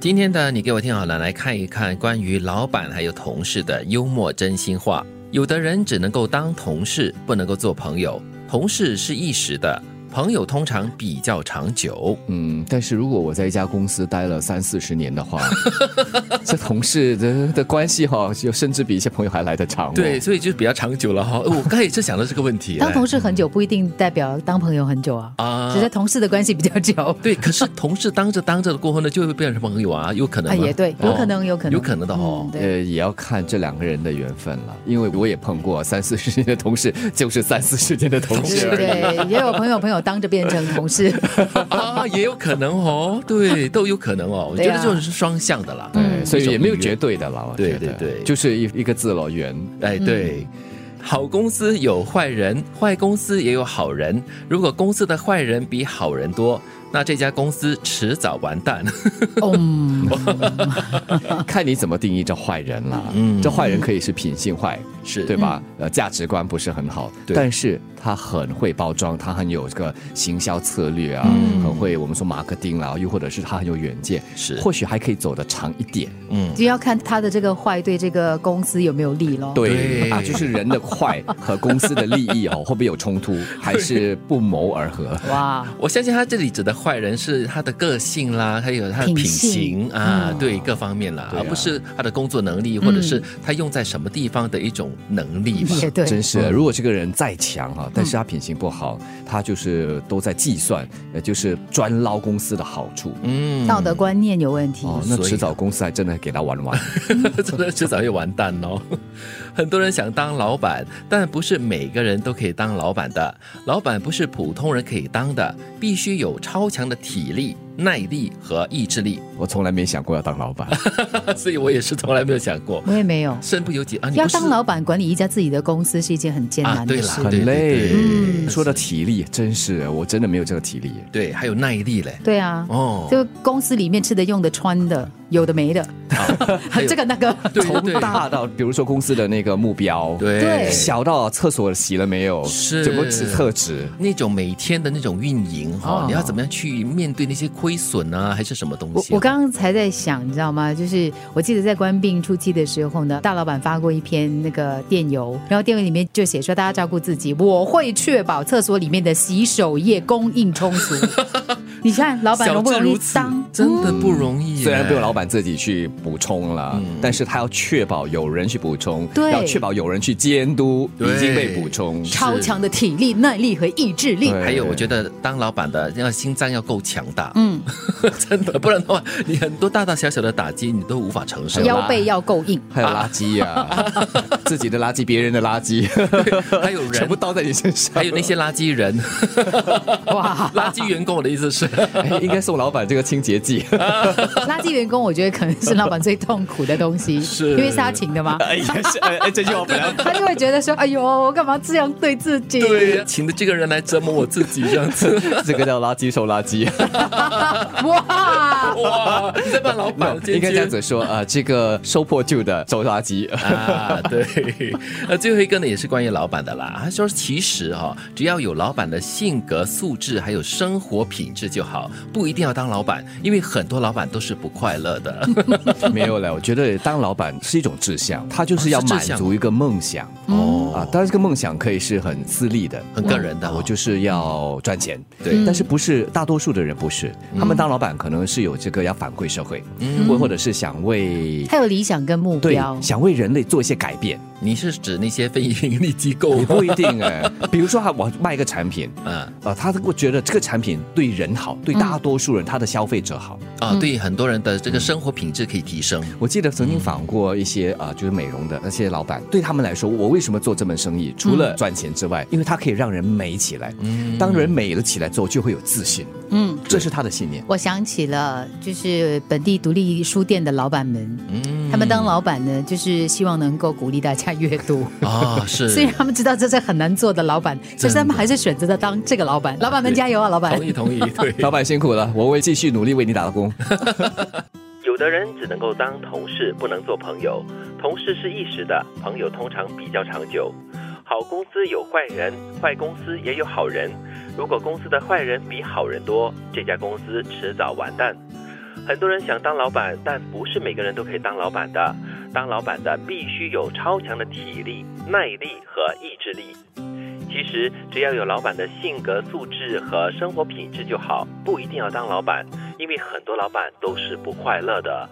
今天的你给我听好了，来看一看关于老板还有同事的幽默真心话。有的人只能够当同事，不能够做朋友。同事是一时的，朋友通常比较长久。嗯，但是如果我在一家公司待了三四十年 的话，这同事的的关系哈、就甚至比一些朋友还来得长、哦。对，，所以就比较长久了哈、哦。我刚才也是想到这个问题。当同事事很久不一定代表当朋友很久啊，啊只，是同事的关系比较久。对，可是同事当着当着过后呢，就会变成朋友啊，有可能啊，吗也对，有可能，有可能，有可能的哦嗯呃，对，也要看这两个人的缘分了，因为我也碰过三四十年的同事，就是三四十年的同对事而 已。对，也有朋友朋友当着变成同事。啊，也有可能哦，对，都有可能哦。我觉对啊得这种是双向的啦。对，所以也没嗯有一种绝对的了，我对觉得对对就是一一个字了，缘。哎，嗯对。好公司有坏人，坏公司也有好人。如果公司的坏人比好人多，那这家公司迟早完蛋。 嗯，看你怎么定义这坏人了。嗯这坏人可以是品性坏，是嗯对吧？呃，价值观不是很好，对但是他很会包装，他很有这个行销策略啊，嗯很会我们说马克丁啦，又或者是他很有远见，是或许还可以走得长一点。嗯，就要看他的这个坏对这个公司有没有利咯。对啊，就是人的坏和公司的利益哦， 会不会有冲突，还是不谋而合？哇，我相信他这里指的坏人是他的个性啦，还有他的品品性行啊，嗯对各方面啦，对啊而不是他的工作能力，或者是他用在什么地方的一种能力吧。嗯也对，真是，嗯如果这个人再强哈、但是他品行不好，他就是都在计算，呃，就是专捞公司的好处。嗯道德观念有问题。哦，那所以迟早公司还真的给他玩 完。真的迟早会完蛋哦。 很多人想当老板，但不是每个人都可以当老板的。老板不是普通人可以当的，必须有超强的体力、耐力和意志力。 我从来没想过要当老板。所以我也是从来没有想过，我也没有。身不由己啊！你要不是当老板，管理一家自己的公司是一件很艰啊，难对的啦事。，很累对对对嗯说到体力，真是我真的没有这个体力。对，还有耐力嘞。对啊，哦，就公司里面吃的、用的、穿的，有的没的，啊还有 这个那 个，对对从对大到比如说公司的那个目标，对对小到厕所洗了没有，是怎么纸厕纸。那种每天的那种运营哈、哦你要怎么样去面对那些亏损啊，还是什么东我西啊、我刚刚才在想，你知道吗？就是我记得在官病初期的时候呢，大老板发过一篇那个电邮，然后电邮里面就写说大家照顾自己，我会确保厕所里面的洗手液供应充 足。你看，老板小容不至容易如此当？嗯真的不容易耶、虽然不用老板自己去补充了，嗯但是他要确保有人去补充，对要确保有人去监督对已经被补充。超强的体力、耐力和意志力。对还有，我觉得当老板的要心脏要够强大，嗯， 真的，不然的话，你很多大大小小的打击你都无法承受。有腰啦背要够 硬。还有垃圾呀、 自己的垃圾，别人的垃圾，还有人全部，倒在你身上。还有那些垃圾 人，，哇垃圾员工，我的意思是，哎应该送老板这个清洁剂。垃圾员工，我觉得可能是老板最痛苦的东 西，是因为是他请的嘛， 哎，也是，哎，哎这句话本来他就会觉得说：“哎呦，我干嘛这样对自己？”对，请的这个人来折磨我自己这样 子。这个叫垃圾收垃 圾， 哇，哇，你在帮老板 尖应该这样尖。子说啊、呃这个收破旧的收垃圾。 啊，对，那最后一个呢，也是关于老板的啦。他说，其实哈、只要有老板的性格素质，还有生活品质就好，不一定要当老板，因为很多老板都是不快乐的。 没有了，我觉得当老板是一种志向，他就是要哦是满志向足一个梦想。哦啊，当然这个梦想可以是很私利的、很个人的啊哦我就是要赚钱。对但是不是大多数的人不是，他们当老板可能是有这个要反馈社会，或、或者是想为他有理想跟目对标，想为人类做一些改变。你是指那些非盈利机构也 吗？不一定哎，比如说啊我卖一个产品，嗯啊，他我觉得这个产品对人好，对大多数人，他的消费者好。嗯啊，对很多人的这个生活品质可以提升。我记得曾经访过一些啊、就是美容的那些老板，对他们来说，我为什么做这门生意？除了赚钱之外，因为它可以让人美起来。当人美了起来之后，就会有自信，嗯。这是他的信念。我想起了，就是本地独立书店的老板们，嗯他们当老板呢，就是希望能够鼓励大家阅读。啊是， 虽然他们知道这是很难做的老板，可是他们还是选择了当这个老板。老板们加油啊，老板！同意同意，对。老板辛苦了，我会继续努力为你打工。 有的人只能够当同事，不能做朋友。同事是一时的，朋友通常比较长久。好公司有坏人，坏公司也有好人。如果公司的坏人比好人多，这家公司迟早完蛋。很多人想当老板，但不是每个人都可以当老板的。当老板的必须有超强的体力、耐力和意志力。其实只要有老板的性格素质和生活品质就好，不一定要当老板，因为很多老板都是不快乐的。